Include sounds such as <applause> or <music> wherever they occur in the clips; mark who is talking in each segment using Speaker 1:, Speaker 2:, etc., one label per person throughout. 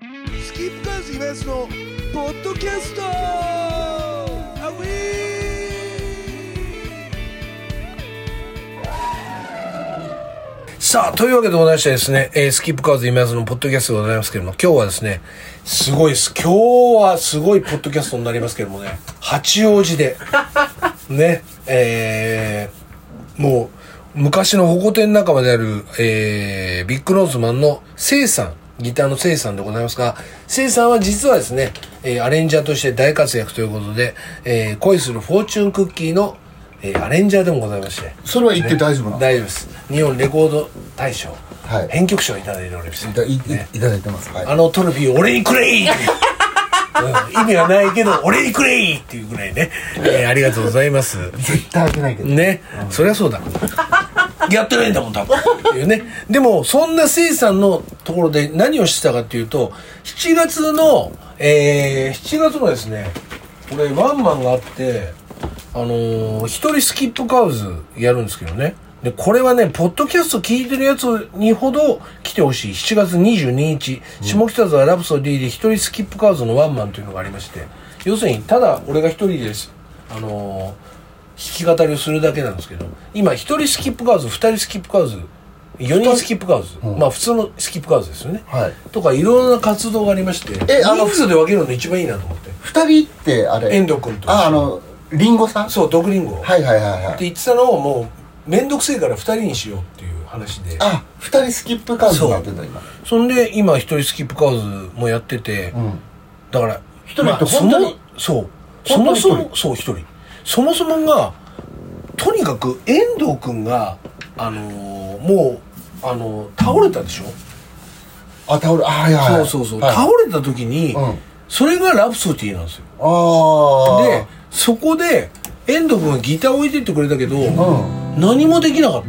Speaker 1: キープカーズイベントのポッドキャストアウィー
Speaker 2: さあ、というわけでございましてですね、えースキップカーズ今安のポッドキャストでございますけれども、今日はですね、すごいです。今日はすごいポッドキャストになりますけれどもね、八王子で、 <laughs> ね、えー、もう、昔の保護店の中まである、えー、ビッグローズマンのせいさん、ギターのせいさんでございますが、せいさんは実はですね、えーアレンジャーとして大活躍ということで、えー恋するフォーチュンクッキーの、えーアレンジャーでもございまして、
Speaker 3: それは言って大丈夫なの、
Speaker 2: 大丈夫です日本レコード大賞、
Speaker 3: はい
Speaker 2: 編曲賞をいただいております
Speaker 3: いたいいいただいてます、はい
Speaker 2: あのトロフィーを俺にくれい、 <laughs> うん意味はないけど俺にくれいっていうぐらいね、えーありがとうございます
Speaker 3: 絶対開けないけど、
Speaker 2: ね、そりゃ
Speaker 3: <laughs>
Speaker 2: そうだやってないんだもん多分っていうねでもそんなせいさんのところで何をしてたかっていうと7月のえー、7月のですねこれワンマンがあってあのー一人スキップカウズやるんですけどねでこれはねポッドキャスト聞いてるやつにほど来てほしい7月22日下北沢ラプソディで一人スキップカウズのワンマンというのがありまして要するにただ俺が一人ですあのー弾き語りをするだけなんですけど今一人スキップカウズ二人スキップカウズ4人スキップカウズ、まあ普通のスキップカウズですよね、
Speaker 3: はい
Speaker 2: とかいろんな活動がありまして
Speaker 3: えあの
Speaker 2: 人数で分けるのが一番いいなと思って
Speaker 3: 二人ってあれ
Speaker 2: 遠藤君と一緒
Speaker 3: ああのリンゴさん
Speaker 2: そう毒リンゴを、
Speaker 3: はいはいはいは
Speaker 2: って
Speaker 3: い
Speaker 2: 言ってたのをもう面倒くせえから2人にしようっていう話で
Speaker 3: あ二人スキップカウントになってた今
Speaker 2: そんで今一人スキップカウズもやってて、
Speaker 3: うん
Speaker 2: だから
Speaker 3: 一人って本当に
Speaker 2: そのそうそ
Speaker 3: 本当
Speaker 2: もそ
Speaker 3: に一人
Speaker 2: もそう一人そもそもがとにかく遠藤君があのーもうあのー倒れたでしょ、
Speaker 3: あ倒れあはいはいはい
Speaker 2: そうそうそう、
Speaker 3: はい
Speaker 2: 倒れた時に、
Speaker 3: うん
Speaker 2: それがラプソディなんですよ
Speaker 3: ああ
Speaker 2: でそこで遠藤君がギター置いてってくれたけど、
Speaker 3: ん
Speaker 2: 何もできなかっ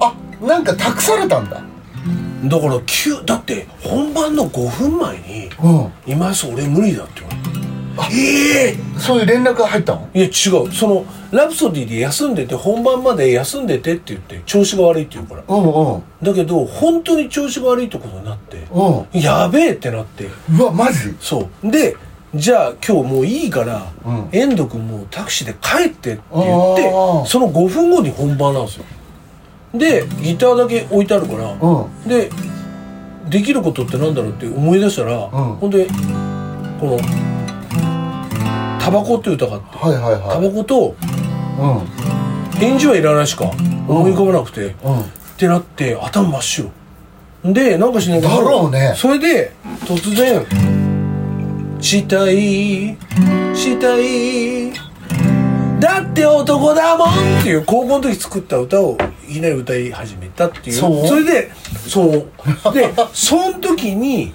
Speaker 2: た
Speaker 3: あなんか託されたんだ
Speaker 2: だから急だって本番の5分前に
Speaker 3: うん
Speaker 2: 「今井さん俺無理だ」って言われてええ
Speaker 3: そういう連絡が入ったの
Speaker 2: いや違うそのラプソディで休んでて本番まで休んでてって言って調子が悪いって言うから
Speaker 3: うんうん
Speaker 2: だけど本当に調子が悪いってことになって
Speaker 3: うん
Speaker 2: やべえってなって
Speaker 3: うわマジ
Speaker 2: そうでじゃあ今日もういいから、
Speaker 3: うん
Speaker 2: 遠藤君もうタクシーで帰ってって言って
Speaker 3: あー
Speaker 2: その5分後に本番なんですよでギターだけ置いてあるから、
Speaker 3: うん
Speaker 2: でできることってなんだろうって思い出したら、ほんでこの「タバコ」って歌があって
Speaker 3: はいはい
Speaker 2: タ
Speaker 3: は
Speaker 2: バコと
Speaker 3: い
Speaker 2: 返事はいらないしか思い浮かばなくて、っ
Speaker 3: うんうん
Speaker 2: てなって頭真っ白でなんかしないけど
Speaker 3: だろうね
Speaker 2: それで突然「したいしたいだって男だもん」っていう高校の時作った歌をいきなり歌い始めたっていう
Speaker 3: そ
Speaker 2: れ
Speaker 3: う
Speaker 2: でそうでその時に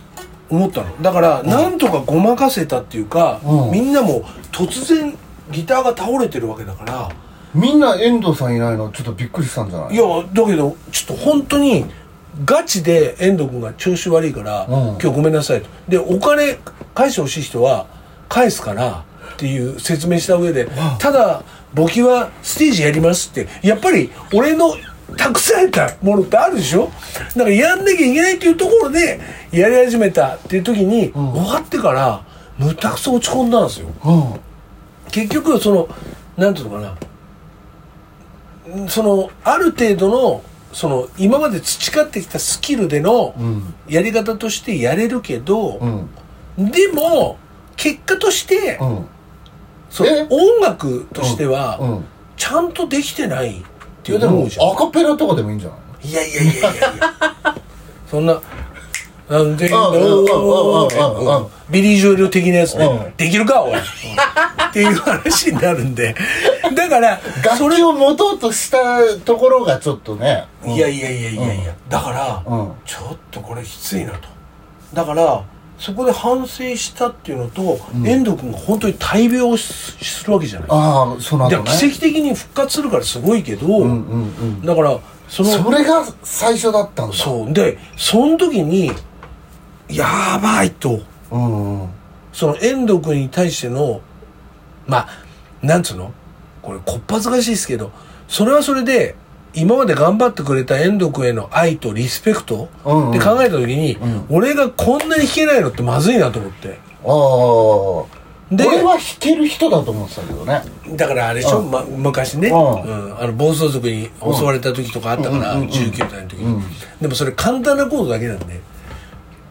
Speaker 2: 思ったのだからなんとかごまかせたっていうか、
Speaker 3: うん
Speaker 2: みんなも突然ギターが倒れてるわけだから、
Speaker 3: みんな遠藤さんいないのちょっとびっくりしたんじゃない
Speaker 2: いやだけどちょっと本当にガチで遠藤君が調子悪いから、
Speaker 3: ん
Speaker 2: 今日ごめんなさいとでお金返してほしい人は返すからっていう説明した上でただ簿記はステージやりますってやっぱり俺の託されたものってあるでしょだからやんなきゃいけないっていうところでやり始めたっていう時に、終わってからむたくそ落ち込んだんですよ
Speaker 3: うん
Speaker 2: 結局そのなんていうのかなんそのある程度のその今まで培ってきたスキルでの
Speaker 3: ん
Speaker 2: やり方としてやれるけど、
Speaker 3: うん
Speaker 2: でも結果として、
Speaker 3: うん
Speaker 2: その
Speaker 3: え
Speaker 2: 音楽としては、
Speaker 3: うん
Speaker 2: ちゃんとできてないって
Speaker 3: いやで
Speaker 2: 思
Speaker 3: も
Speaker 2: うじゃん
Speaker 3: アカペラとかでもいいんじゃない
Speaker 2: いやいやいやいやいやそんななんで
Speaker 3: うんうんうんうんうん
Speaker 2: ビリー・ジョエル的なやつ
Speaker 3: う
Speaker 2: ね
Speaker 3: ん
Speaker 2: できるかおいっていう話になるんでだから
Speaker 3: 楽器を持とうとしたところがちょっとねうん
Speaker 2: いやいやいやいやいや、だから、
Speaker 3: うん
Speaker 2: ちょっとこれきついなとだからそこで反省したっていうのと、遠藤君が本当に大病をすするわけじゃない
Speaker 3: ああその
Speaker 2: で
Speaker 3: 後ね
Speaker 2: 奇跡的に復活するからすごいけど、
Speaker 3: うんうんうん
Speaker 2: だからその
Speaker 3: それが最初だったんだ
Speaker 2: そうでその時にやばいと
Speaker 3: うんうん
Speaker 2: その遠藤君に対してのまあなんつうのこれこっぱずかしいですけどそれはそれで今まで頑張ってくれた遠藤君への愛とリスペクトって
Speaker 3: うんうん
Speaker 2: 考えた時に、俺がこんなに弾けないのってまずいなと思って
Speaker 3: ああ
Speaker 2: で
Speaker 3: 俺は弾ける人だと思ってたけどね
Speaker 2: だからあれでしょ、
Speaker 3: うん
Speaker 2: ま、昔ね、う
Speaker 3: うん
Speaker 2: ん、あの暴走族に襲われた時とかあったから、
Speaker 3: うんうんうんうん
Speaker 2: 19歳の時に、
Speaker 3: うん
Speaker 2: でもそれ簡単なコードだけなんで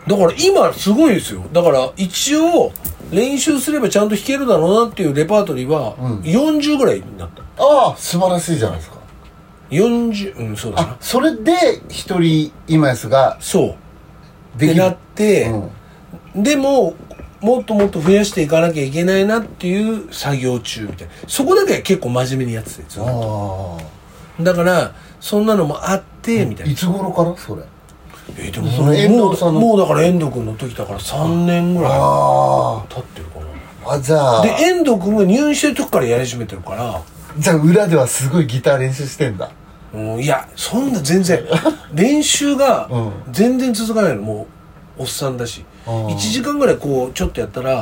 Speaker 2: だから今すごいですよだから一応練習すればちゃんと弾けるだろうなっていうレパートリーは
Speaker 3: うん
Speaker 2: 40ぐらいになった
Speaker 3: ああ素晴らしいじゃないですか
Speaker 2: 40うんそうだ
Speaker 3: あ
Speaker 2: な
Speaker 3: それで一人今ですが
Speaker 2: そう
Speaker 3: で
Speaker 2: っ
Speaker 3: き
Speaker 2: てなって、
Speaker 3: うん
Speaker 2: でももっともっと増やしていかなきゃいけないなっていう作業中みたいなそこだけは結構真面目にやってたやつ
Speaker 3: あ
Speaker 2: だからそんなのもあってみた
Speaker 3: あ
Speaker 2: いない
Speaker 3: つ頃からそれ
Speaker 2: えーでも
Speaker 3: その遠
Speaker 2: も
Speaker 3: 藤さ
Speaker 2: うん
Speaker 3: の
Speaker 2: もうだから遠藤君の時だから3年ぐら
Speaker 3: あ
Speaker 2: い経ってるかな
Speaker 3: ああじゃあ
Speaker 2: で遠藤君が入院してる時からやり始めてるから
Speaker 3: じゃあ裏ではすごいギター練習してんだ
Speaker 2: うんいやそんな全
Speaker 3: <laughs>
Speaker 2: 然練習が
Speaker 3: う
Speaker 2: 全然続かないのもうおっさんだし
Speaker 3: あー
Speaker 2: 1時間ぐらいこうちょっとやったら、
Speaker 3: ん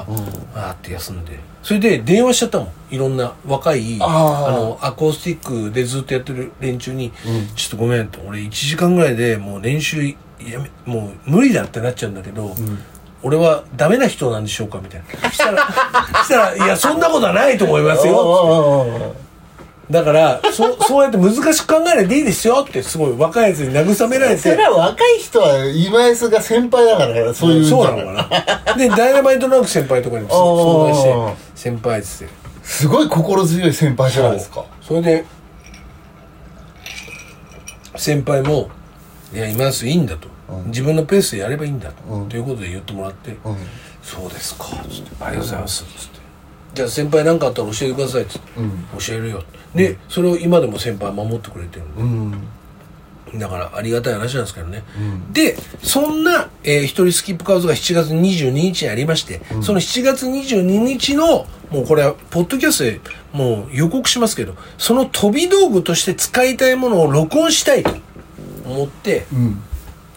Speaker 2: あーって休んでそれで電話しちゃったもんいろんな若い
Speaker 3: あー
Speaker 2: あのアコースティックでずっとやってる連中に「
Speaker 3: うん
Speaker 2: ちょっとごめん」と「俺1時間ぐらいでもう練習やめもう無理だ」ってなっちゃうんだけど、俺はダメな人なんでしょうかみたいな。した
Speaker 3: <laughs>
Speaker 2: ら、したら、いや、そんなことはないと思いますよ。
Speaker 3: よ
Speaker 2: だから、そ、そう <laughs> やって難しく考えないでいいですよって、すごい若いやつに慰められ
Speaker 3: それ
Speaker 2: て。
Speaker 3: は若い人は今井さんが先輩だからそういうんじゃ
Speaker 2: そ
Speaker 3: な
Speaker 2: う
Speaker 3: い
Speaker 2: なのかな。で、ダイナマイトナーク先輩とかにも相談し
Speaker 3: あー
Speaker 2: て、先輩っつって。
Speaker 3: すごい心強い先輩じゃないですか
Speaker 2: それで、先輩も、いや、今すいいんだと。自分のペースでやればいいんだと。
Speaker 3: うん
Speaker 2: ということで言ってもらって、
Speaker 3: うん
Speaker 2: そうですか」つって「ありがとうございます」つって「じゃあ先輩何かあったら教えてください」つって、
Speaker 3: うん
Speaker 2: 教えるよ」でそれを今でも先輩は守ってくれてるんで
Speaker 3: うん
Speaker 2: だからありがたい話なんですけどね、でそんな、えー一人スキップカウズが7月22日にありまして、その7月22日のもうこれはポッドキャストでもう予告しますけどその飛び道具として使いたいものを録音したいと思って、
Speaker 3: うん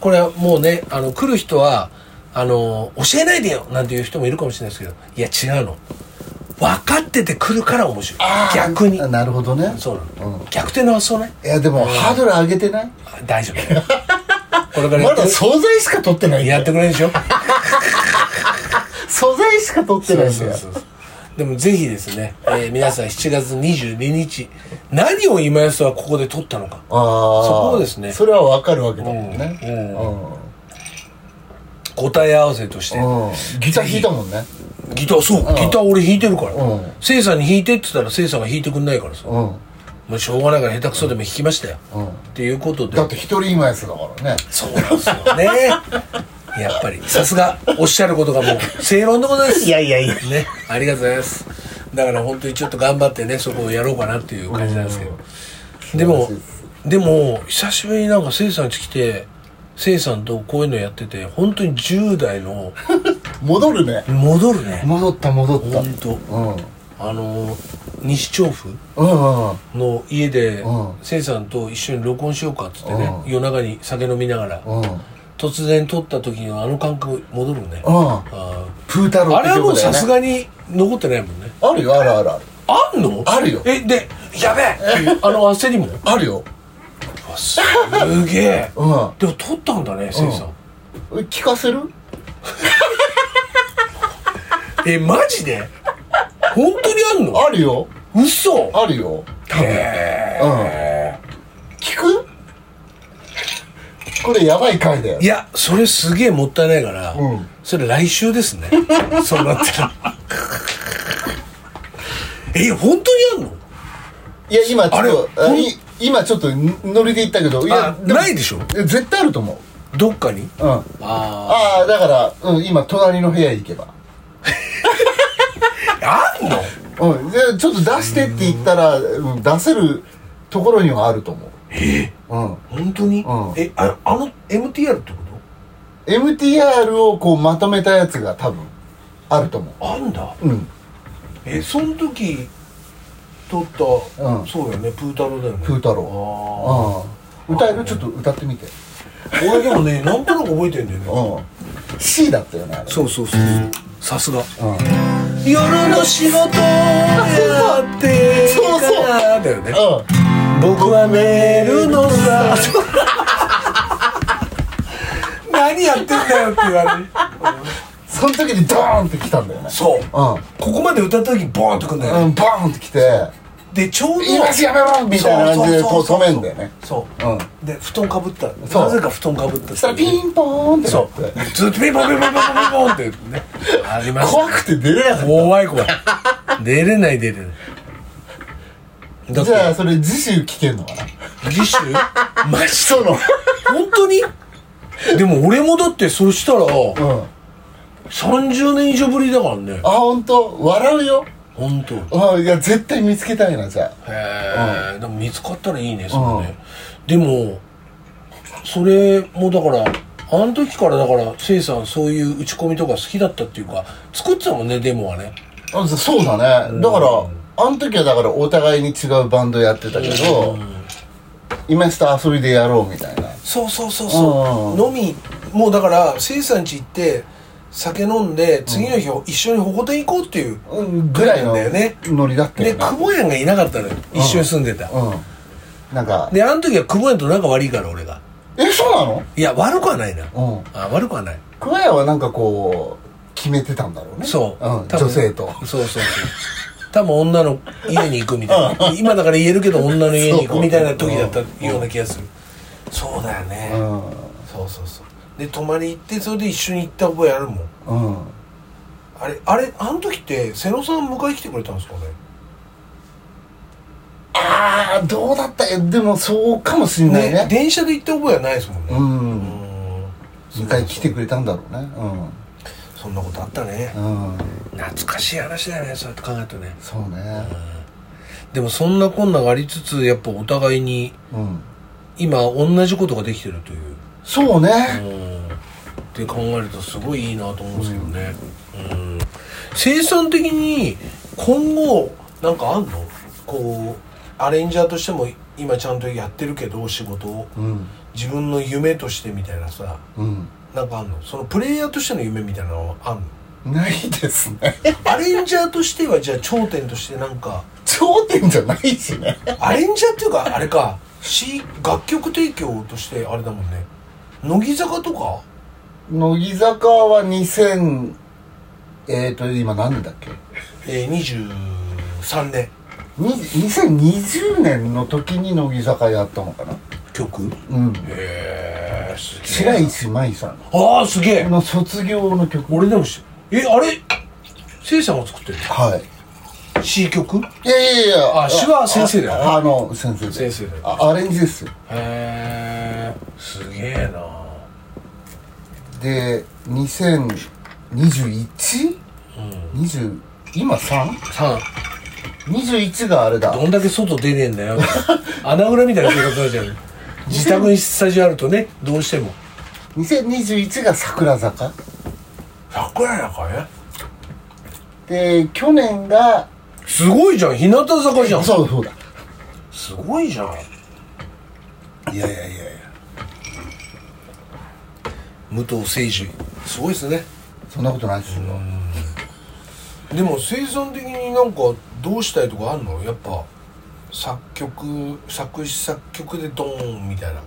Speaker 2: これはもうねあの来る人はあの教えないでよなんていう人もいるかもしれないですけどいや違うの分かってて来るから面白い逆に
Speaker 3: あなるほどね
Speaker 2: そうなの、
Speaker 3: うん
Speaker 2: 逆転の発想ね
Speaker 3: いやでもハードル上げてない
Speaker 2: あ大丈夫これからや
Speaker 3: ま
Speaker 2: って
Speaker 3: だ惣菜しか取ってない
Speaker 2: やってくれるでしょ
Speaker 3: 素材しか取ってないんだ
Speaker 2: そう
Speaker 3: よ
Speaker 2: そうそうでもぜひですね、えー皆さん7月22日何を今安はここで撮ったのか
Speaker 3: ああ
Speaker 2: そこですね
Speaker 3: それは分かるわけだもんね
Speaker 2: う
Speaker 3: うん
Speaker 2: 答え合わせとして
Speaker 3: うんギター弾いたもんね
Speaker 2: ギターそうギター俺弾いてるから
Speaker 3: うん
Speaker 2: せいさんに弾いてって言ったらせいさんが弾いてくんないからさ
Speaker 3: うん
Speaker 2: もうしょうがないから下手くそでも弾きましたよ、
Speaker 3: うん
Speaker 2: っていうことで
Speaker 3: だって一人今やつだからね
Speaker 2: そうなんですよねやっぱりさすがおっしゃることがもう正論でございます
Speaker 3: いやいやいや
Speaker 2: ねありがとうございますだから本当にちょっと頑張ってねそこをやろうかなっていう感じなんですけどでも
Speaker 3: 素晴らしいです
Speaker 2: でも久しぶりになんかせいさん家来てせいさんとこういうのやってて本当に10代の
Speaker 3: 戻るね
Speaker 2: 戻るね
Speaker 3: 戻った <laughs> 戻った
Speaker 2: 本当
Speaker 3: うん
Speaker 2: あの西調布
Speaker 3: うんうん
Speaker 2: の家で
Speaker 3: うん
Speaker 2: せいさんと一緒に録音しようかっつってね
Speaker 3: うん
Speaker 2: 夜中に酒飲みながら
Speaker 3: うん
Speaker 2: 突然撮った時のあの感覚戻るね
Speaker 3: うん
Speaker 2: あ
Speaker 3: プー太
Speaker 2: ー
Speaker 3: 郎
Speaker 2: あ
Speaker 3: って曲だよね
Speaker 2: れはもうさすがに残ってないもんね
Speaker 3: あるよあるあるある
Speaker 2: あんの
Speaker 3: あるよ
Speaker 2: えでやべえって <laughs> いうあの焦りもう
Speaker 3: あるよ
Speaker 2: わすげえで
Speaker 3: う
Speaker 2: も撮ったんだねせいさん
Speaker 3: ん聞かせる
Speaker 2: えマジで本当にあんの
Speaker 3: あるよ
Speaker 2: 嘘
Speaker 3: あるよ多分うん聞くこれやばい回だよ
Speaker 2: いやそれすげえもったいないから
Speaker 3: うん
Speaker 2: それ来週ですね <laughs> そうなったらえ本当にあんの
Speaker 3: いや今ち
Speaker 2: あれ
Speaker 3: ょっと
Speaker 2: ほん
Speaker 3: あい今ちょっとノリで言ったけどい
Speaker 2: あ
Speaker 3: やでも
Speaker 2: ないでしょ
Speaker 3: 絶対あると思う
Speaker 2: どっかに
Speaker 3: うんあ
Speaker 2: あ
Speaker 3: あだから、うん、今隣の部屋行けば
Speaker 2: ーあんの
Speaker 3: うんでちょっと出してって言ったら、うん、出せるところにはあると思うえうん
Speaker 2: 本当に、
Speaker 3: うん
Speaker 2: えああの MTR ってこ
Speaker 3: MTR をこうまとめたやつが多分あると思
Speaker 2: とあんだ
Speaker 3: ううん
Speaker 2: えその時撮った、
Speaker 3: うん
Speaker 2: そうだよねプータローだよね
Speaker 3: 風太郎
Speaker 2: ああ
Speaker 3: うん歌えるちょっと歌ってみて
Speaker 2: 俺でもねなんとなく覚えてんだよね
Speaker 3: うん C だったよねあれ
Speaker 2: そうそうそうさすが
Speaker 3: うん
Speaker 2: 夜の仕事をやって
Speaker 3: そうそう
Speaker 2: からだよね
Speaker 3: う
Speaker 2: 僕は寝るの
Speaker 3: <laughs>
Speaker 2: さ何やってんだよって言われる
Speaker 3: その時にドーンって来たんだよね
Speaker 2: そう
Speaker 3: うん
Speaker 2: ここまで歌った時ボーンとくんだよ、
Speaker 3: うんボーンって来て
Speaker 2: でちょうど
Speaker 3: 「今しやめろ!」みたいな感じでこう止めんだよね
Speaker 2: そう、
Speaker 3: うん
Speaker 2: で布団かぶった
Speaker 3: そう
Speaker 2: なぜか布団かぶった
Speaker 3: そしたらピンポーンって
Speaker 2: そ
Speaker 3: なって
Speaker 2: うずっとピンポンピンポンピンポンピンポンってねありました
Speaker 3: 怖くて出れなかっ
Speaker 2: 怖い怖い出れない出れないだ
Speaker 3: た
Speaker 2: っ
Speaker 3: じゃあ
Speaker 2: て
Speaker 3: それ次週聞けんのかな
Speaker 2: 次週マジ
Speaker 3: その
Speaker 2: 本当にでも俺もだってそしたら
Speaker 3: うんあ
Speaker 2: 30年以上ぶりだからね
Speaker 3: 本当笑うよ
Speaker 2: 本当。
Speaker 3: うんいや絶対見つけたいなじゃ
Speaker 2: へえ、でも見つかったらいいねそれね、でもそれもだからあの時からだからせいさんそういう打ち込みとか好きだったっていうか作ってたもんねデモはね
Speaker 3: ああそうだねだからあの時はだからお互いに違うバンドやってたけど今した遊びでやろうみたいな
Speaker 2: そうそうそう
Speaker 3: う
Speaker 2: そ
Speaker 3: ん
Speaker 2: う飲みもうだからせいさん家行って酒飲んで次の日一緒にほこて行こうっていう、
Speaker 3: うんぐらいの
Speaker 2: だよね
Speaker 3: ノリだった
Speaker 2: で
Speaker 3: よね
Speaker 2: 久保園がいなかったのよ一緒に住んでた、
Speaker 3: うんなんか
Speaker 2: であの時は久保園と仲悪いから俺が
Speaker 3: えそう
Speaker 2: いや悪くはないな、
Speaker 3: なのうん
Speaker 2: あ悪くはない
Speaker 3: クワヤはなんかこう決めてたんだろうね
Speaker 2: そう、
Speaker 3: ん、
Speaker 2: 多分
Speaker 3: 女性と
Speaker 2: そうそうそう多分女の家に行くみたいな今だから言えるけど女の家に行くみたいな時だったような気がするそうだよね、
Speaker 3: う
Speaker 2: そうそうそうで泊まり行ってそれで一緒に行った覚えあるもん
Speaker 3: んうん
Speaker 2: あれあれあの時って瀬野さん迎え来てくれたんですかね
Speaker 3: ああどうだったえでもそうかもしんないね
Speaker 2: 電車で行った覚えはないですもんね
Speaker 3: う
Speaker 2: うんん
Speaker 3: 一回来てくれたんだろうね
Speaker 2: そんなことあったね
Speaker 3: うんうん
Speaker 2: 懐かしい話だよねそうやって考えるとね
Speaker 3: そうね
Speaker 2: でもそんなこんながありつつやっぱお互いに
Speaker 3: うん
Speaker 2: 今同じことができてるという
Speaker 3: そうね
Speaker 2: うんって考えるとすごいいいなと思うんですけどね、うん、生産的に今後なんかあんのこうアレンジャーとしても今ちゃんとやってるけど仕事を
Speaker 3: うん
Speaker 2: 自分の夢としてみたいなさ
Speaker 3: うん
Speaker 2: なんかあんのそのプレイヤーとしての夢みたいなのはあんの
Speaker 3: ないですね <laughs>
Speaker 2: アレンジャーとしてはじゃあ頂点としてなんか
Speaker 3: 頂点じゃないしね
Speaker 2: アレンジャーっていうかあれかし楽曲提供としてあれだもんね乃木坂とか
Speaker 3: 乃木坂は2000えっ、ー、と今何年だっけ
Speaker 2: えー23年
Speaker 3: に2020年の時に乃木坂やったのかな
Speaker 2: 曲
Speaker 3: うん
Speaker 2: へえすげえ
Speaker 3: 白石麻衣さん
Speaker 2: ああすげえ
Speaker 3: の卒業の曲
Speaker 2: 俺でもしえあれせいさんが作ってる
Speaker 3: はい
Speaker 2: C 曲へ
Speaker 3: いやいやいや
Speaker 2: あ詩は先生だよね
Speaker 3: ああの先生で
Speaker 2: 先生だよ
Speaker 3: あアレンジですよ
Speaker 2: えすげえな
Speaker 3: で 2021?20
Speaker 2: うん
Speaker 3: 今 3?21
Speaker 2: さん
Speaker 3: があれだ
Speaker 2: どんだけ外出ねえんだ <laughs> よ穴蔵みたいな生活になっちゃう自宅にスタジオあるとねどうしても
Speaker 3: 2021が桜坂
Speaker 2: 桜やかね
Speaker 3: で去年が
Speaker 2: すごいじゃん日向坂じゃん
Speaker 3: そうそうだ
Speaker 2: すごいじゃん
Speaker 3: いやいやいやいや
Speaker 2: 武藤誠司すごいですね
Speaker 3: そんなことないですよ
Speaker 2: でも生産的になんかどうしたいとかあんのやっぱ作曲作詞作曲でドーンみたいな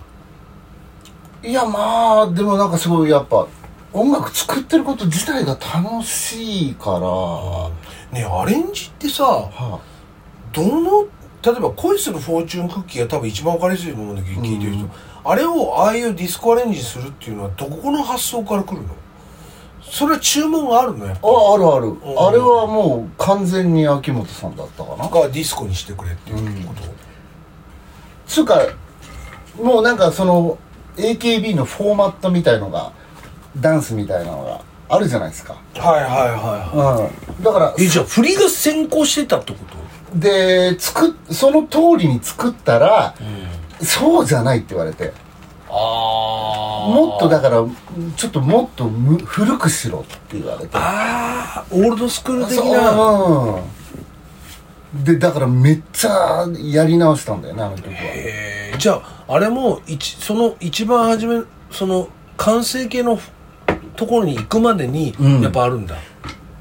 Speaker 2: い
Speaker 3: やまあでもなんかすごいやっぱ音楽作ってること自体が楽しいから、は
Speaker 2: ねえアレンジってさ
Speaker 3: あ、
Speaker 2: どの例えば「恋するフォーチュンクッキー」が多分一番分かりやすいと思うんだけど聞いてる人、
Speaker 3: うん
Speaker 2: あれをああいうディスコアレンジするっていうのはどこの発想から来るのそれは注文があるのやっぱ
Speaker 3: ああるある、
Speaker 2: ん
Speaker 3: あれはもう完全に秋元さんだったかな
Speaker 2: がディスコにしてくれっていうこと、
Speaker 3: つうかもうなんかその AKB のフォーマットみたいのがダンスみたいなのがあるじゃないですか、
Speaker 2: はいはいは
Speaker 3: うん、だから
Speaker 2: えじゃあ振りが先行してたってこと
Speaker 3: で作っその通りに作ったら、そうじゃないって言われて
Speaker 2: あ
Speaker 3: もっとだからちょっともっとむ古くしろって言われて
Speaker 2: ああオールドスクール的な
Speaker 3: そううんでだからめっちゃやり直したんだよねあの曲は
Speaker 2: えーじゃああれも一その一番初めその完成形のところに行くまでに
Speaker 3: うん
Speaker 2: やっぱあるんだ、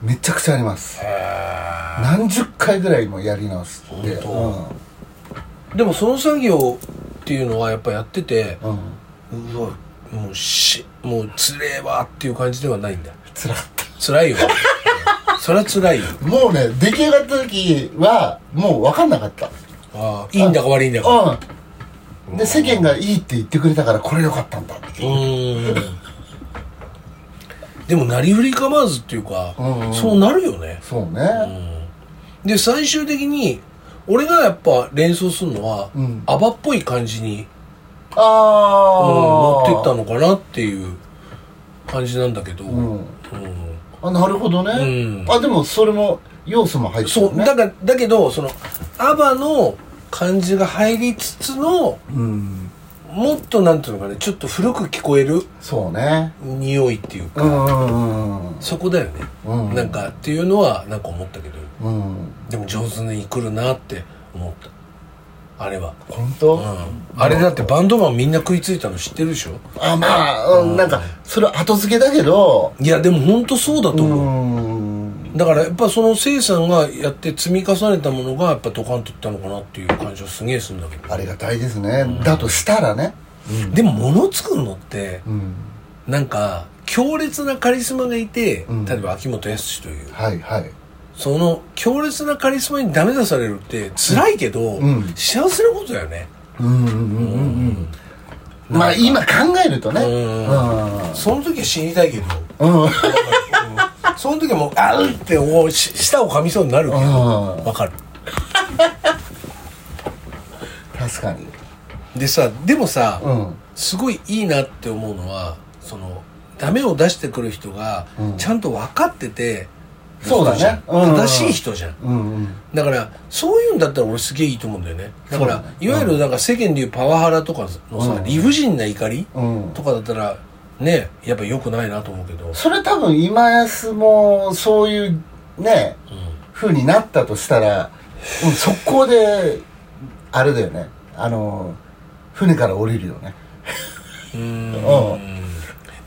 Speaker 3: めちゃくちゃあります
Speaker 2: へえ
Speaker 3: 何十回ぐらいもやり直して、
Speaker 2: 本当
Speaker 3: うん
Speaker 2: でもその作業っていうのはやっぱやってて
Speaker 3: うん
Speaker 2: うわもうしもうつれえわっていう感じではないんだ
Speaker 3: つらかった
Speaker 2: つらいよ <laughs> それはつらいよ
Speaker 3: もうね出来上がった時はもう分かんなかった
Speaker 2: ああいいんだか悪いんだか
Speaker 3: うんで世間がいいって言ってくれたからこれ良かったんだ
Speaker 2: うーんでもなりふり構わずっていうか、
Speaker 3: うんうん
Speaker 2: そうなるよね
Speaker 3: そうね
Speaker 2: で最終的に俺がやっぱ連想するのは、
Speaker 3: うん
Speaker 2: アバっぽい感じに、
Speaker 3: あ
Speaker 2: うん、持
Speaker 3: あ
Speaker 2: ってったのかなっていう感じなんだけど、
Speaker 3: うん
Speaker 2: うん
Speaker 3: あなるほどね、
Speaker 2: うん
Speaker 3: あでもそれも要素も入ってる
Speaker 2: そ
Speaker 3: ね
Speaker 2: うだからだけどそのアバの感じが入りつつの
Speaker 3: うん
Speaker 2: もっとなんていうのかねちょっと古く聞こえる
Speaker 3: そうね
Speaker 2: 匂いっていうか、
Speaker 3: うんうんうん
Speaker 2: そこだよね、
Speaker 3: うん
Speaker 2: なんかっていうのはなんか思ったけど
Speaker 3: うん
Speaker 2: でも上手に来るなって思ったあれは、
Speaker 3: 本当、
Speaker 2: うん、あれだってバンドマンみんな食いついたの知ってるでしょ
Speaker 3: あまあ、うん、なんかそれは後付けだけど
Speaker 2: いやでも本当そうだと
Speaker 3: う
Speaker 2: 思う、
Speaker 3: ん
Speaker 2: だからやっぱその生さんがやって積み重ねたものがやっぱドカンといったのかなっていう感じはすげえするんだけど
Speaker 3: ありがたいですね、だとしたらね
Speaker 2: でも物作るのって
Speaker 3: うん
Speaker 2: なんか強烈なカリスマがいて、
Speaker 3: うん
Speaker 2: 例えば秋元康という
Speaker 3: はいはい
Speaker 2: その強烈なカリスマにダメ出されるって辛いけど、
Speaker 3: うん
Speaker 2: 幸せなことだよね、
Speaker 3: うんうんうんうんうんまあ今考えるとね
Speaker 2: うん
Speaker 3: うん
Speaker 2: その時は死にたいけど
Speaker 3: うん
Speaker 2: その時はもうあうってもうし舌を噛みそうになるけど
Speaker 3: うん
Speaker 2: わかる
Speaker 3: 確かに
Speaker 2: でさでもさ、
Speaker 3: うん
Speaker 2: すごいいいなって思うのはそのダメを出してくる人が
Speaker 3: うん
Speaker 2: ちゃんと分かってて、
Speaker 3: そうだね
Speaker 2: 人じゃん
Speaker 3: うんうんうん
Speaker 2: 正しい人じゃん
Speaker 3: うんうん
Speaker 2: だからそういうんだったら俺すげえいいと思うんだよねだから
Speaker 3: そうだね
Speaker 2: いわゆるなんか世間でいうパワハラとかのさ、
Speaker 3: うん
Speaker 2: 理不尽な怒り
Speaker 3: うん
Speaker 2: とかだったらねやっぱ良くないなと思うけど、
Speaker 3: それ多分今安もそういうね風になったとしたら、うん、速攻であれだよねあの船から降りるよね
Speaker 2: うん
Speaker 3: うん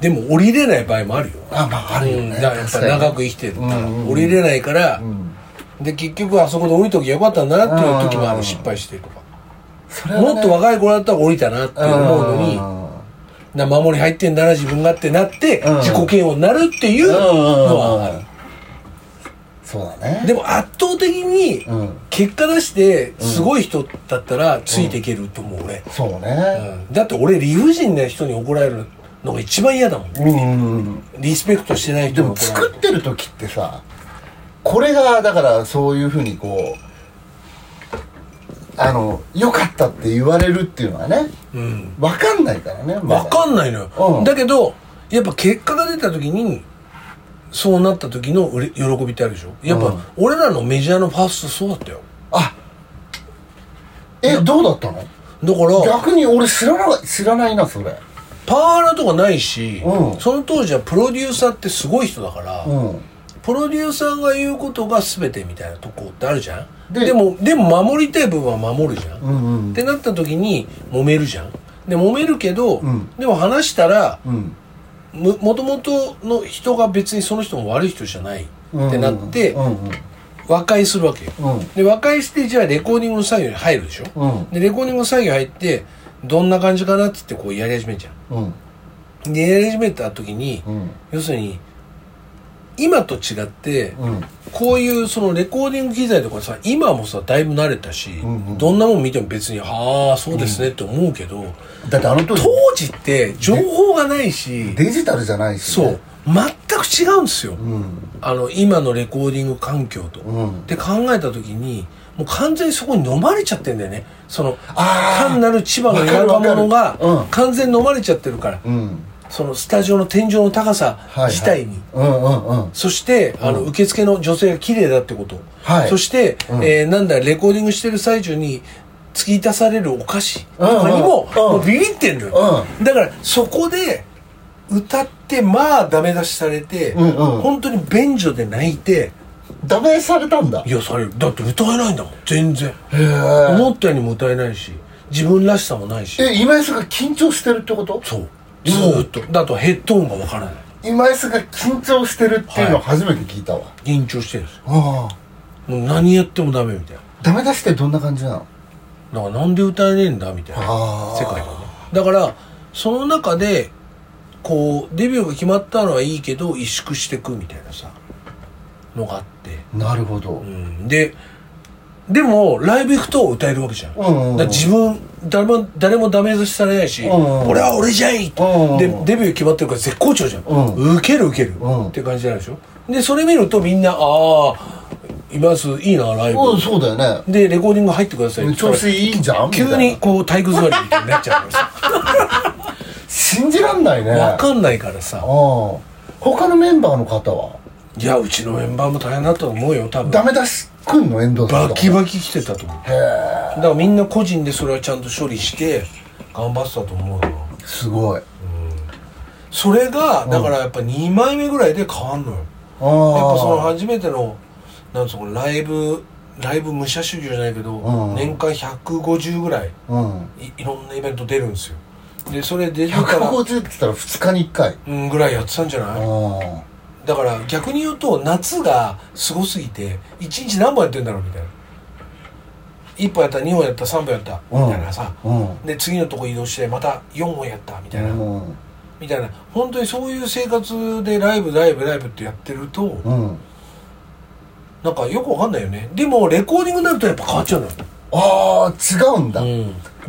Speaker 2: でも降りれない場合もあるよ
Speaker 3: あまああるよ
Speaker 2: うん
Speaker 3: ね、
Speaker 2: だからやっぱ
Speaker 3: 確かに
Speaker 2: 長く生きてるから、
Speaker 3: うんうん
Speaker 2: 降りれないから、
Speaker 3: うん
Speaker 2: で結局あそこで降りときゃよかったんだなっていう時もあ
Speaker 3: う
Speaker 2: る
Speaker 3: ん
Speaker 2: 失敗してるとか
Speaker 3: それはね
Speaker 2: もっと若い子だったら降りたなって思うのに
Speaker 3: う
Speaker 2: な守り入ってんだな自分がってなって
Speaker 3: うん
Speaker 2: 自己嫌悪になるっていうの
Speaker 3: ん
Speaker 2: はあ
Speaker 3: う
Speaker 2: る
Speaker 3: んそうだね
Speaker 2: でも圧倒的に
Speaker 3: うん
Speaker 2: 結果出してすごい人だったらついていけると思う俺、
Speaker 3: そう
Speaker 2: う
Speaker 3: ね
Speaker 2: んだって俺理不尽な人に怒られるのが一番嫌だもん
Speaker 3: うん、うんうん、
Speaker 2: リスペクトしてない
Speaker 3: で
Speaker 2: 人に
Speaker 3: も
Speaker 2: 怒られ
Speaker 3: 作ってる時ってさこれがだからそういうふうにこうあの良かったって言われるっていうのはね
Speaker 2: るうん
Speaker 3: 分かんないからねまだ
Speaker 2: 分かんないのよ、
Speaker 3: うん
Speaker 2: だけどやっぱ結果が出た時にそうなった時のうれ喜びってあるでしょやっ
Speaker 3: うん
Speaker 2: ぱ俺らのメジャーのファーストそうだったよ
Speaker 3: あえどうだったの
Speaker 2: だから
Speaker 3: 逆に俺知らな知らないなそれ
Speaker 2: パワハラとかないし、
Speaker 3: うん
Speaker 2: その当時はプロデューサーってすごい人だから、
Speaker 3: うん
Speaker 2: プロデューサーが言うことが全てみたいなとこってあるじゃんで
Speaker 3: で
Speaker 2: もでも守りたい部分は守るじゃん、
Speaker 3: うんうん
Speaker 2: ってなった時に揉めるじゃんで揉めるけど、
Speaker 3: ん
Speaker 2: でも話したら
Speaker 3: うん
Speaker 2: ももともとの人が別にその人も悪い人じゃないってなって、
Speaker 3: うんうん
Speaker 2: 和解するわけよ、
Speaker 3: うん
Speaker 2: で和解してじゃあレコーディングの作業に入るでしょ、
Speaker 3: うん
Speaker 2: でレコーディングの作業入ってどんな感じかなっつってこうやり始めちゃう
Speaker 3: うん
Speaker 2: でやり始めた時に、
Speaker 3: うん
Speaker 2: 要するに今と違って、
Speaker 3: うん
Speaker 2: こういうそのレコーディング機材とかさ今もさだいぶ慣れたし、
Speaker 3: んうん
Speaker 2: どんなもん見ても別にああそうですねって思うけど、
Speaker 3: だってあの時
Speaker 2: 当時って情報がないし、
Speaker 3: デジタルじゃないし
Speaker 2: そ
Speaker 3: ね、
Speaker 2: う全く違うんですよ、
Speaker 3: うん
Speaker 2: あの今のレコーディング環境と。
Speaker 3: うん
Speaker 2: で考えた時にもう完全にそこに飲まれちゃってんだよねその
Speaker 3: あー
Speaker 2: 単なる千葉の田舎者
Speaker 3: わかるわかる
Speaker 2: が
Speaker 3: うん
Speaker 2: 完全に飲まれちゃってるから、
Speaker 3: うん
Speaker 2: そのスタジオの天井の高さ
Speaker 3: はいはい
Speaker 2: 自体に。
Speaker 3: うんうんうん
Speaker 2: そして、あの、受付の女性が綺麗だってこと。
Speaker 3: はい
Speaker 2: そして、
Speaker 3: ん
Speaker 2: えーなんだ、レコーディングしてる最中に、突き出されるお菓子とかにも、
Speaker 3: うんうんうん
Speaker 2: もうビビってんのよ。だから、そこで、歌って、まあ、ダメ出しされて、
Speaker 3: うんうん
Speaker 2: 本当に便所で泣いて、
Speaker 3: ダメされたんだ
Speaker 2: いや、される。だって歌えないんだもん、全然。
Speaker 3: へ
Speaker 2: 思ったよりも歌えないし、自分らしさもないし。
Speaker 3: え今井さんが緊張してるってこと
Speaker 2: そう。ずーっと。だとヘッドホンがわからない。
Speaker 3: 今井さんが緊張してるっていうのを初めて聞いたわ、
Speaker 2: 緊張してるんですよ。
Speaker 3: ああ
Speaker 2: もう何やってもダメみたいな。
Speaker 3: ダメ出しってどんな感じなの
Speaker 2: だからなんで歌えねえんだみたいな
Speaker 3: あー
Speaker 2: 世界がねだからその中でこうデビューが決まったのはいいけど萎縮してくみたいなさのがあって、
Speaker 3: なるほど、
Speaker 2: うん、ででもライブ行くと歌えるわけじゃん、
Speaker 3: うんうんうん
Speaker 2: だから自分誰も誰もダメ出しされないし、
Speaker 3: んうん
Speaker 2: 俺は俺じゃい、
Speaker 3: んうん
Speaker 2: でデビュー決まってるから絶好調じゃん、
Speaker 3: うん
Speaker 2: ウケるウケる、
Speaker 3: うん
Speaker 2: って感じになるでしょでそれ見るとみんなああ今すいいなライブ、
Speaker 3: うん、そうだよね
Speaker 2: でレコーディング入ってくださいって言
Speaker 3: 調
Speaker 2: った
Speaker 3: 子
Speaker 2: ら
Speaker 3: いいんじゃんみたい
Speaker 2: 急
Speaker 3: な
Speaker 2: にこう体育座りみたいになっちゃうからさ
Speaker 3: 信じらんないね
Speaker 2: わ
Speaker 3: あ
Speaker 2: かんないからさ
Speaker 3: あ他のメンバーの方はい
Speaker 2: やうちのメンバーも大変だったと思うよ多分
Speaker 3: ダメ出しくんの遠藤さん
Speaker 2: バ
Speaker 3: とか
Speaker 2: キバキ来てたと思うだからみんな個人でそれはちゃんと処理して頑張ってたと思うよ
Speaker 3: すごい
Speaker 2: それがだからやっぱ2枚目ぐらいで変わんのよ
Speaker 3: ああ
Speaker 2: やっぱその初めてのなんつうのライブライブ武者修行じゃないけど、
Speaker 3: うん
Speaker 2: 年間150ぐらい
Speaker 3: うん
Speaker 2: いいろんなイベント出るんですよでそれ出てから、
Speaker 3: 150って言ったら2日に1回
Speaker 2: うん、ぐらいやってたんじゃない
Speaker 3: あ
Speaker 2: だから逆に言うと夏がすごすぎて1日何本やってんだろうみたいな1本やった2本やった3本やった
Speaker 3: うん
Speaker 2: みたいなさ、
Speaker 3: あうん
Speaker 2: で次のとこ移動してまた4本やったみたいな、
Speaker 3: うん
Speaker 2: みたいな本当にそういう生活でライブライブライブってやってると
Speaker 3: うん
Speaker 2: なんかよくわかんないよねでもレコーディングになるとやっぱ変わっちゃうのよ、
Speaker 3: ああ違うんだ、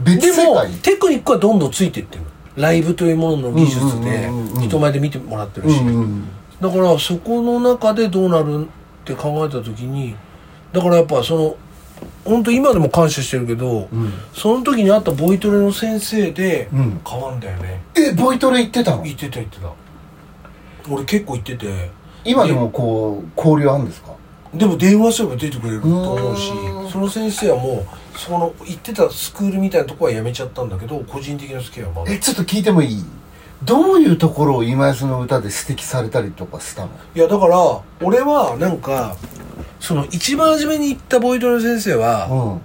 Speaker 3: 別
Speaker 2: で
Speaker 3: 世
Speaker 2: も
Speaker 3: 界
Speaker 2: テクニックはどんどんついていってるライブというものの技術で
Speaker 3: うんうんうんうんうん
Speaker 2: 人前で見てもらってる
Speaker 3: う
Speaker 2: し、
Speaker 3: んうん
Speaker 2: だからそこの中でどうなるって考えた時にだからやっぱその本当今でも感謝してるけど、
Speaker 3: うん
Speaker 2: その時にあったボイトレの先生で
Speaker 3: うん
Speaker 2: 変わんだよね
Speaker 3: えボイトレ行ってたの
Speaker 2: 言ってた言ってた俺結構言ってて
Speaker 3: 今でもこう交流あるんですか
Speaker 2: でも電話すれば出てくれると思うし
Speaker 3: うん
Speaker 2: その先生はもうその行ってたスクールみたいなとこはやめちゃったんだけど個人的なスケアはまだ
Speaker 3: えちょっと聞いてもいいどういうところを今安の歌で指摘されたりとかしたの
Speaker 2: いやだから俺はなんかその一番初めに行ったボイトレの先生は、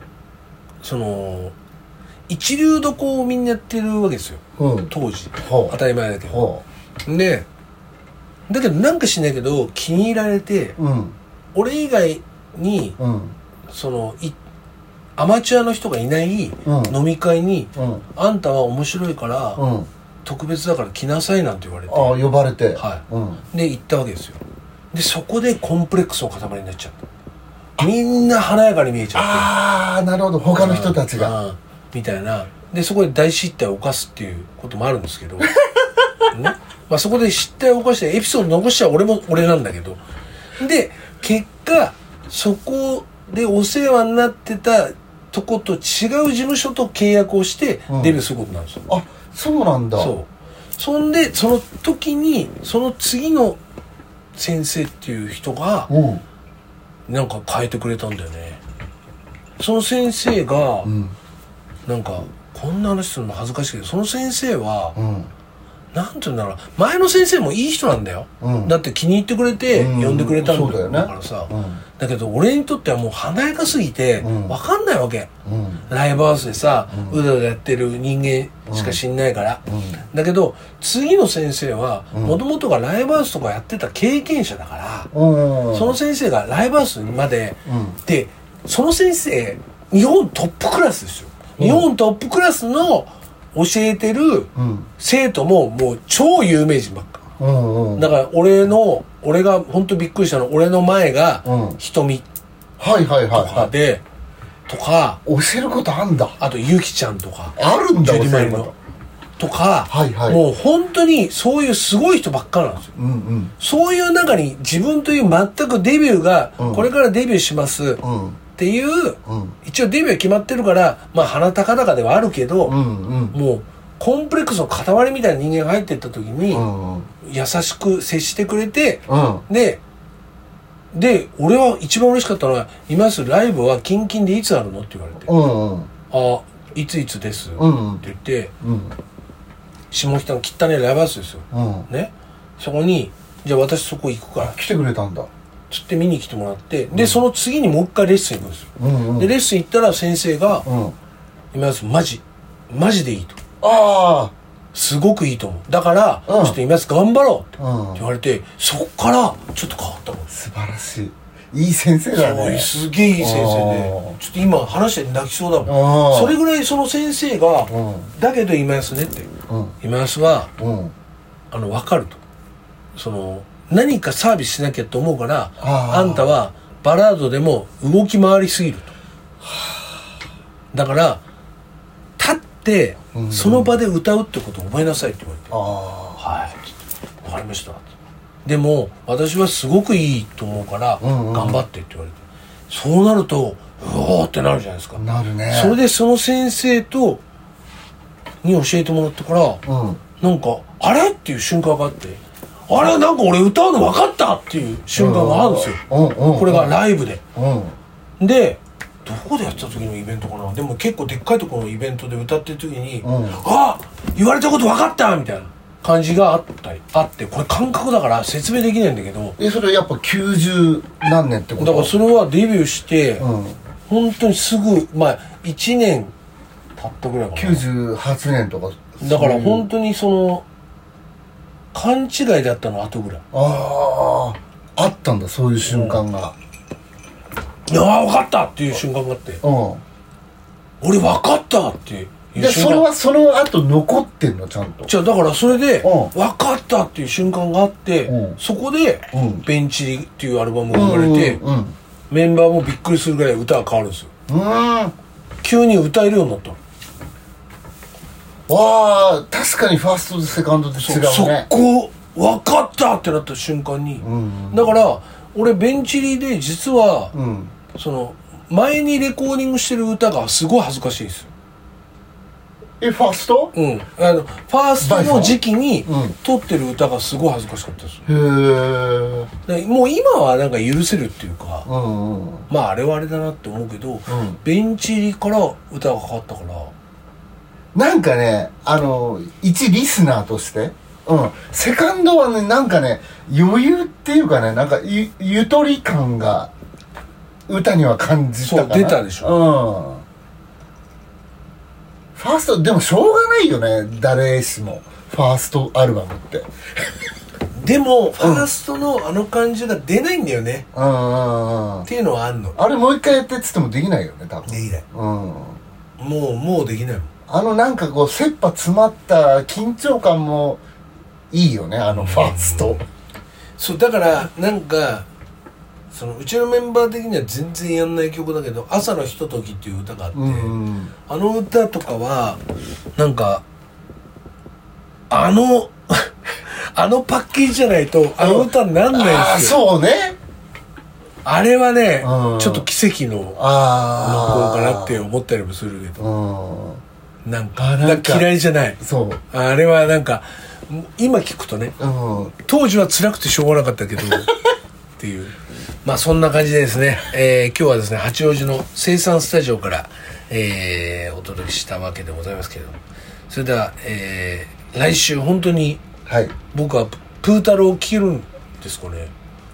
Speaker 2: その一流どこをみんなやってるわけですよ
Speaker 3: うんうん
Speaker 2: 当時
Speaker 3: ほ
Speaker 2: 当たり前だけど
Speaker 3: ほ
Speaker 2: でだけどなんかしないけど気に入られて
Speaker 3: ううん
Speaker 2: 俺以外に
Speaker 3: うん
Speaker 2: そのいアマチュアの人がいない
Speaker 3: うん
Speaker 2: 飲み会に、
Speaker 3: うん
Speaker 2: あんたは面白いから、
Speaker 3: うん
Speaker 2: 特別だから来なさいなんて言われ
Speaker 3: あ
Speaker 2: て
Speaker 3: 呼ばれて
Speaker 2: は
Speaker 3: うん
Speaker 2: で行ったわけですよでそこでコンプレックスの塊になっちゃったみんな華やかに見えちゃって
Speaker 3: ああなるほど他の人たちが
Speaker 2: うんみたいなでそこで大失態を犯すっていうこともあるんです <laughs> けど、ねまあ、そこで失態を犯してエピソード残しちゃ俺も俺なんだけどで結果そこでお世話になってたとこと違う事務所と契約をして
Speaker 3: うん
Speaker 2: デビューすることになるんですよ、
Speaker 3: あそうなんだ
Speaker 2: そうそんでその時にその次の先生っていう人が
Speaker 3: うん
Speaker 2: なんか変えてくれたんだよねその先生が、
Speaker 3: うん
Speaker 2: なんかこんな話するの恥ずかしいけどその先生は
Speaker 3: うん
Speaker 2: 何て言うんだろう前の先生もいい人なんだよ、
Speaker 3: うん
Speaker 2: だって気に入ってくれて
Speaker 3: うん
Speaker 2: 呼んでくれたん
Speaker 3: そうだ
Speaker 2: だ,、
Speaker 3: よね
Speaker 2: からさ、
Speaker 3: うん
Speaker 2: だけど俺にとってはもう華やかすぎて
Speaker 3: うん
Speaker 2: 分かんないわけ、
Speaker 3: うん
Speaker 2: ライブハウスでさ、
Speaker 3: う
Speaker 2: うんだうだやってる人間しか知んないから、
Speaker 3: うん
Speaker 2: だけど次の先生は
Speaker 3: うん
Speaker 2: もともとがライブハウスとかやってた経験者だから、
Speaker 3: うん
Speaker 2: その先生がライブハウスまで、
Speaker 3: うん
Speaker 2: でその先生日本トップクラスですよ、日本トップクラスの教えてる
Speaker 3: うん
Speaker 2: 生徒ももう超有名人ばっか
Speaker 3: うんうん
Speaker 2: だから俺の俺が本当びっくりしたの俺の前が
Speaker 3: うん
Speaker 2: 瞳
Speaker 3: はいはいはい
Speaker 2: とか
Speaker 3: はい
Speaker 2: で、とか
Speaker 3: 教えることあんだ
Speaker 2: あとゆきちゃんとか
Speaker 3: あるん
Speaker 2: ジュ
Speaker 3: だ
Speaker 2: ディ
Speaker 3: 教
Speaker 2: マ
Speaker 3: え
Speaker 2: リ
Speaker 3: るこ
Speaker 2: の
Speaker 3: と
Speaker 2: とか、
Speaker 3: はいはい
Speaker 2: もう本当にそういうすごい人ばっかなんですよ
Speaker 3: うんうん
Speaker 2: そういう中に自分という全くデビューが、
Speaker 3: うん
Speaker 2: これからデビューしますっ
Speaker 3: うん
Speaker 2: ていう、
Speaker 3: うん
Speaker 2: 一応デビューは決まってるから、まあ鼻高々ではあるけど、
Speaker 3: うんうん
Speaker 2: もうコンプレックスの塊みたいな人間が入ってった時に、
Speaker 3: うんうん
Speaker 2: 優しく接してくれて、
Speaker 3: うん
Speaker 2: で、で、俺は一番嬉しかったのは、今すぐライブはキンキンでいつあるのって言われて、
Speaker 3: うんうん
Speaker 2: あ、いついつです、っ
Speaker 3: う
Speaker 2: て
Speaker 3: んうん
Speaker 2: 言って、
Speaker 3: うん
Speaker 2: 下北の汚いライブハウスですよ。
Speaker 3: うん
Speaker 2: ね。そこに、じゃあ私そこ行くから、
Speaker 3: 来てくれたんだ
Speaker 2: つって見に来てもらって、で、その次にもう一回レッスン行くんですよ。
Speaker 3: うんうん
Speaker 2: で、レッスン行ったら先生が、
Speaker 3: うん
Speaker 2: 今安マジ、マジでいいと。
Speaker 3: あ
Speaker 2: すごくいいと思う。だから、
Speaker 3: うん
Speaker 2: ちょっと今安頑張ろうって
Speaker 3: あうん
Speaker 2: 言われて、そっからちょっと変わったもんです。
Speaker 3: 素晴らしいいい先生だ
Speaker 2: そう
Speaker 3: ね
Speaker 2: すげえいい先生
Speaker 3: あ
Speaker 2: で
Speaker 3: ー
Speaker 2: ちょっと今話して泣きそうだもん
Speaker 3: あー
Speaker 2: それぐらいその先生が
Speaker 3: う
Speaker 2: 「だけど今安ね」って
Speaker 3: うん
Speaker 2: 今安は
Speaker 3: うん
Speaker 2: あの分かるとその何かサービスしなきゃと思うから
Speaker 3: あー
Speaker 2: あんたはバラードでも動き回りすぎるとだから立って
Speaker 3: うん
Speaker 2: その場で歌うってことを覚えなさいって言われて
Speaker 3: あ
Speaker 2: はい分かりましたでも私はすごくいいと思うから
Speaker 3: うんうん
Speaker 2: 頑張ってって言われてそうなるとうおーってなるじゃないですか
Speaker 3: あなるね
Speaker 2: それでその先生とに教えてもらったから
Speaker 3: うん
Speaker 2: なんかあれっていう瞬間があってあれなんか俺歌うの分かったっていう瞬間があるんですよ
Speaker 3: うんうんうん
Speaker 2: これがライブで
Speaker 3: うん
Speaker 2: でどこでやってた時のイベントかなでも結構でっかいところのイベントで歌ってる時に「
Speaker 3: うん
Speaker 2: あ言われたこと分かった!」みたいな感じがあったあってこれ感覚だから説明できないんだけど
Speaker 3: えそれやっぱ90何年ってこ
Speaker 2: だ
Speaker 3: と
Speaker 2: からそれはデビューして、
Speaker 3: うん
Speaker 2: 本当にすぐまあ1年経ったぐらいかな
Speaker 3: 98年とか
Speaker 2: だから
Speaker 3: そういう
Speaker 2: 本当にその勘違いだったの後ぐらい
Speaker 3: あああったんだそういう瞬間が
Speaker 2: いやあ分かったっていう瞬間があって
Speaker 3: うん
Speaker 2: 俺分かったっていう
Speaker 3: で
Speaker 2: 瞬
Speaker 3: それ
Speaker 2: 間
Speaker 3: はその後残ってんのちゃんと
Speaker 2: じゃあだからそれで
Speaker 3: うん
Speaker 2: 分かったっていう瞬間があって、
Speaker 3: うん
Speaker 2: そこで
Speaker 3: うん
Speaker 2: 「ベンチ」っていうアルバムが生まれて、
Speaker 3: うんうん
Speaker 2: メンバーもびっくりするぐらい歌が変わるんですよ
Speaker 3: うんわ
Speaker 2: 急に歌えるようになったの
Speaker 3: あ確かにファーストとセカンドって違う
Speaker 2: そ
Speaker 3: ね
Speaker 2: こ分かったってなった瞬間に、
Speaker 3: うん
Speaker 2: だから俺ベンチリで実は、
Speaker 3: うん
Speaker 2: その前にレコーディングしてる歌がすごい恥ずかしいですよ
Speaker 3: えファースト
Speaker 2: うんあのファーストの時期に
Speaker 3: うん
Speaker 2: 撮ってる歌がすごい恥ずかしかったです
Speaker 3: へえうん
Speaker 2: だからもう今はなんか許せるっていうか
Speaker 3: うんうん
Speaker 2: まああれはあれだなって思うけど、ベンチ入りから歌が変わったから
Speaker 3: なんかねあの一リスナーとしてうんセカンドはねなんかね余裕っていうかねなんかゆゆとり感が歌には感じたかな
Speaker 2: そう出たでし
Speaker 3: ょうんファーストでもしょうがないよね誰しもファーストアルバムってうん
Speaker 2: でもファーストのあの感じが出ないんだよね、
Speaker 3: うんうん
Speaker 2: っていうのはあんの
Speaker 3: あれもう一回やってっつってもできないよね多分
Speaker 2: できない
Speaker 3: うん
Speaker 2: もうもうできないもん
Speaker 3: あのなんかこう切羽詰まった緊張感もいいよねあのファースト
Speaker 2: そうだからなんかそのうちのメンバー的には全然やんない曲だけど「朝のひととき」っていう歌があって、
Speaker 3: うん
Speaker 2: あの歌とかはなんかあの <laughs> あのパッケージじゃないとあの歌になんない
Speaker 3: あ
Speaker 2: ん
Speaker 3: あ
Speaker 2: ですよ
Speaker 3: そうね
Speaker 2: あれはね
Speaker 3: うん
Speaker 2: ちょっと奇跡の濃
Speaker 3: あ
Speaker 2: 厚
Speaker 3: あ
Speaker 2: かなって思ったりもするけど
Speaker 3: う
Speaker 2: なん
Speaker 3: あ
Speaker 2: か
Speaker 3: なんか
Speaker 2: 嫌いじゃない
Speaker 3: んそう
Speaker 2: あれはなんか今聞くとね
Speaker 3: うん
Speaker 2: 当時は辛くてしょうがなかったけ
Speaker 3: <laughs>
Speaker 2: どっていうまあそんな感じでですね、えー今日はですね八王子の生産スタジオから、えーお届けしたわけでございますけれどもそれでは、えー来週本当に
Speaker 3: はい
Speaker 2: 僕はプー太郎を切るんですかね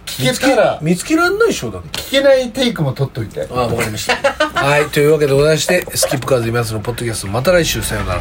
Speaker 3: 聞けたら
Speaker 2: 見つけらんないでしょだって
Speaker 3: 聞けないテイクも取っといて
Speaker 2: ああわかりましたはいというわけでございましてスキップカーズ今すのポッドキャストまた来週さようなら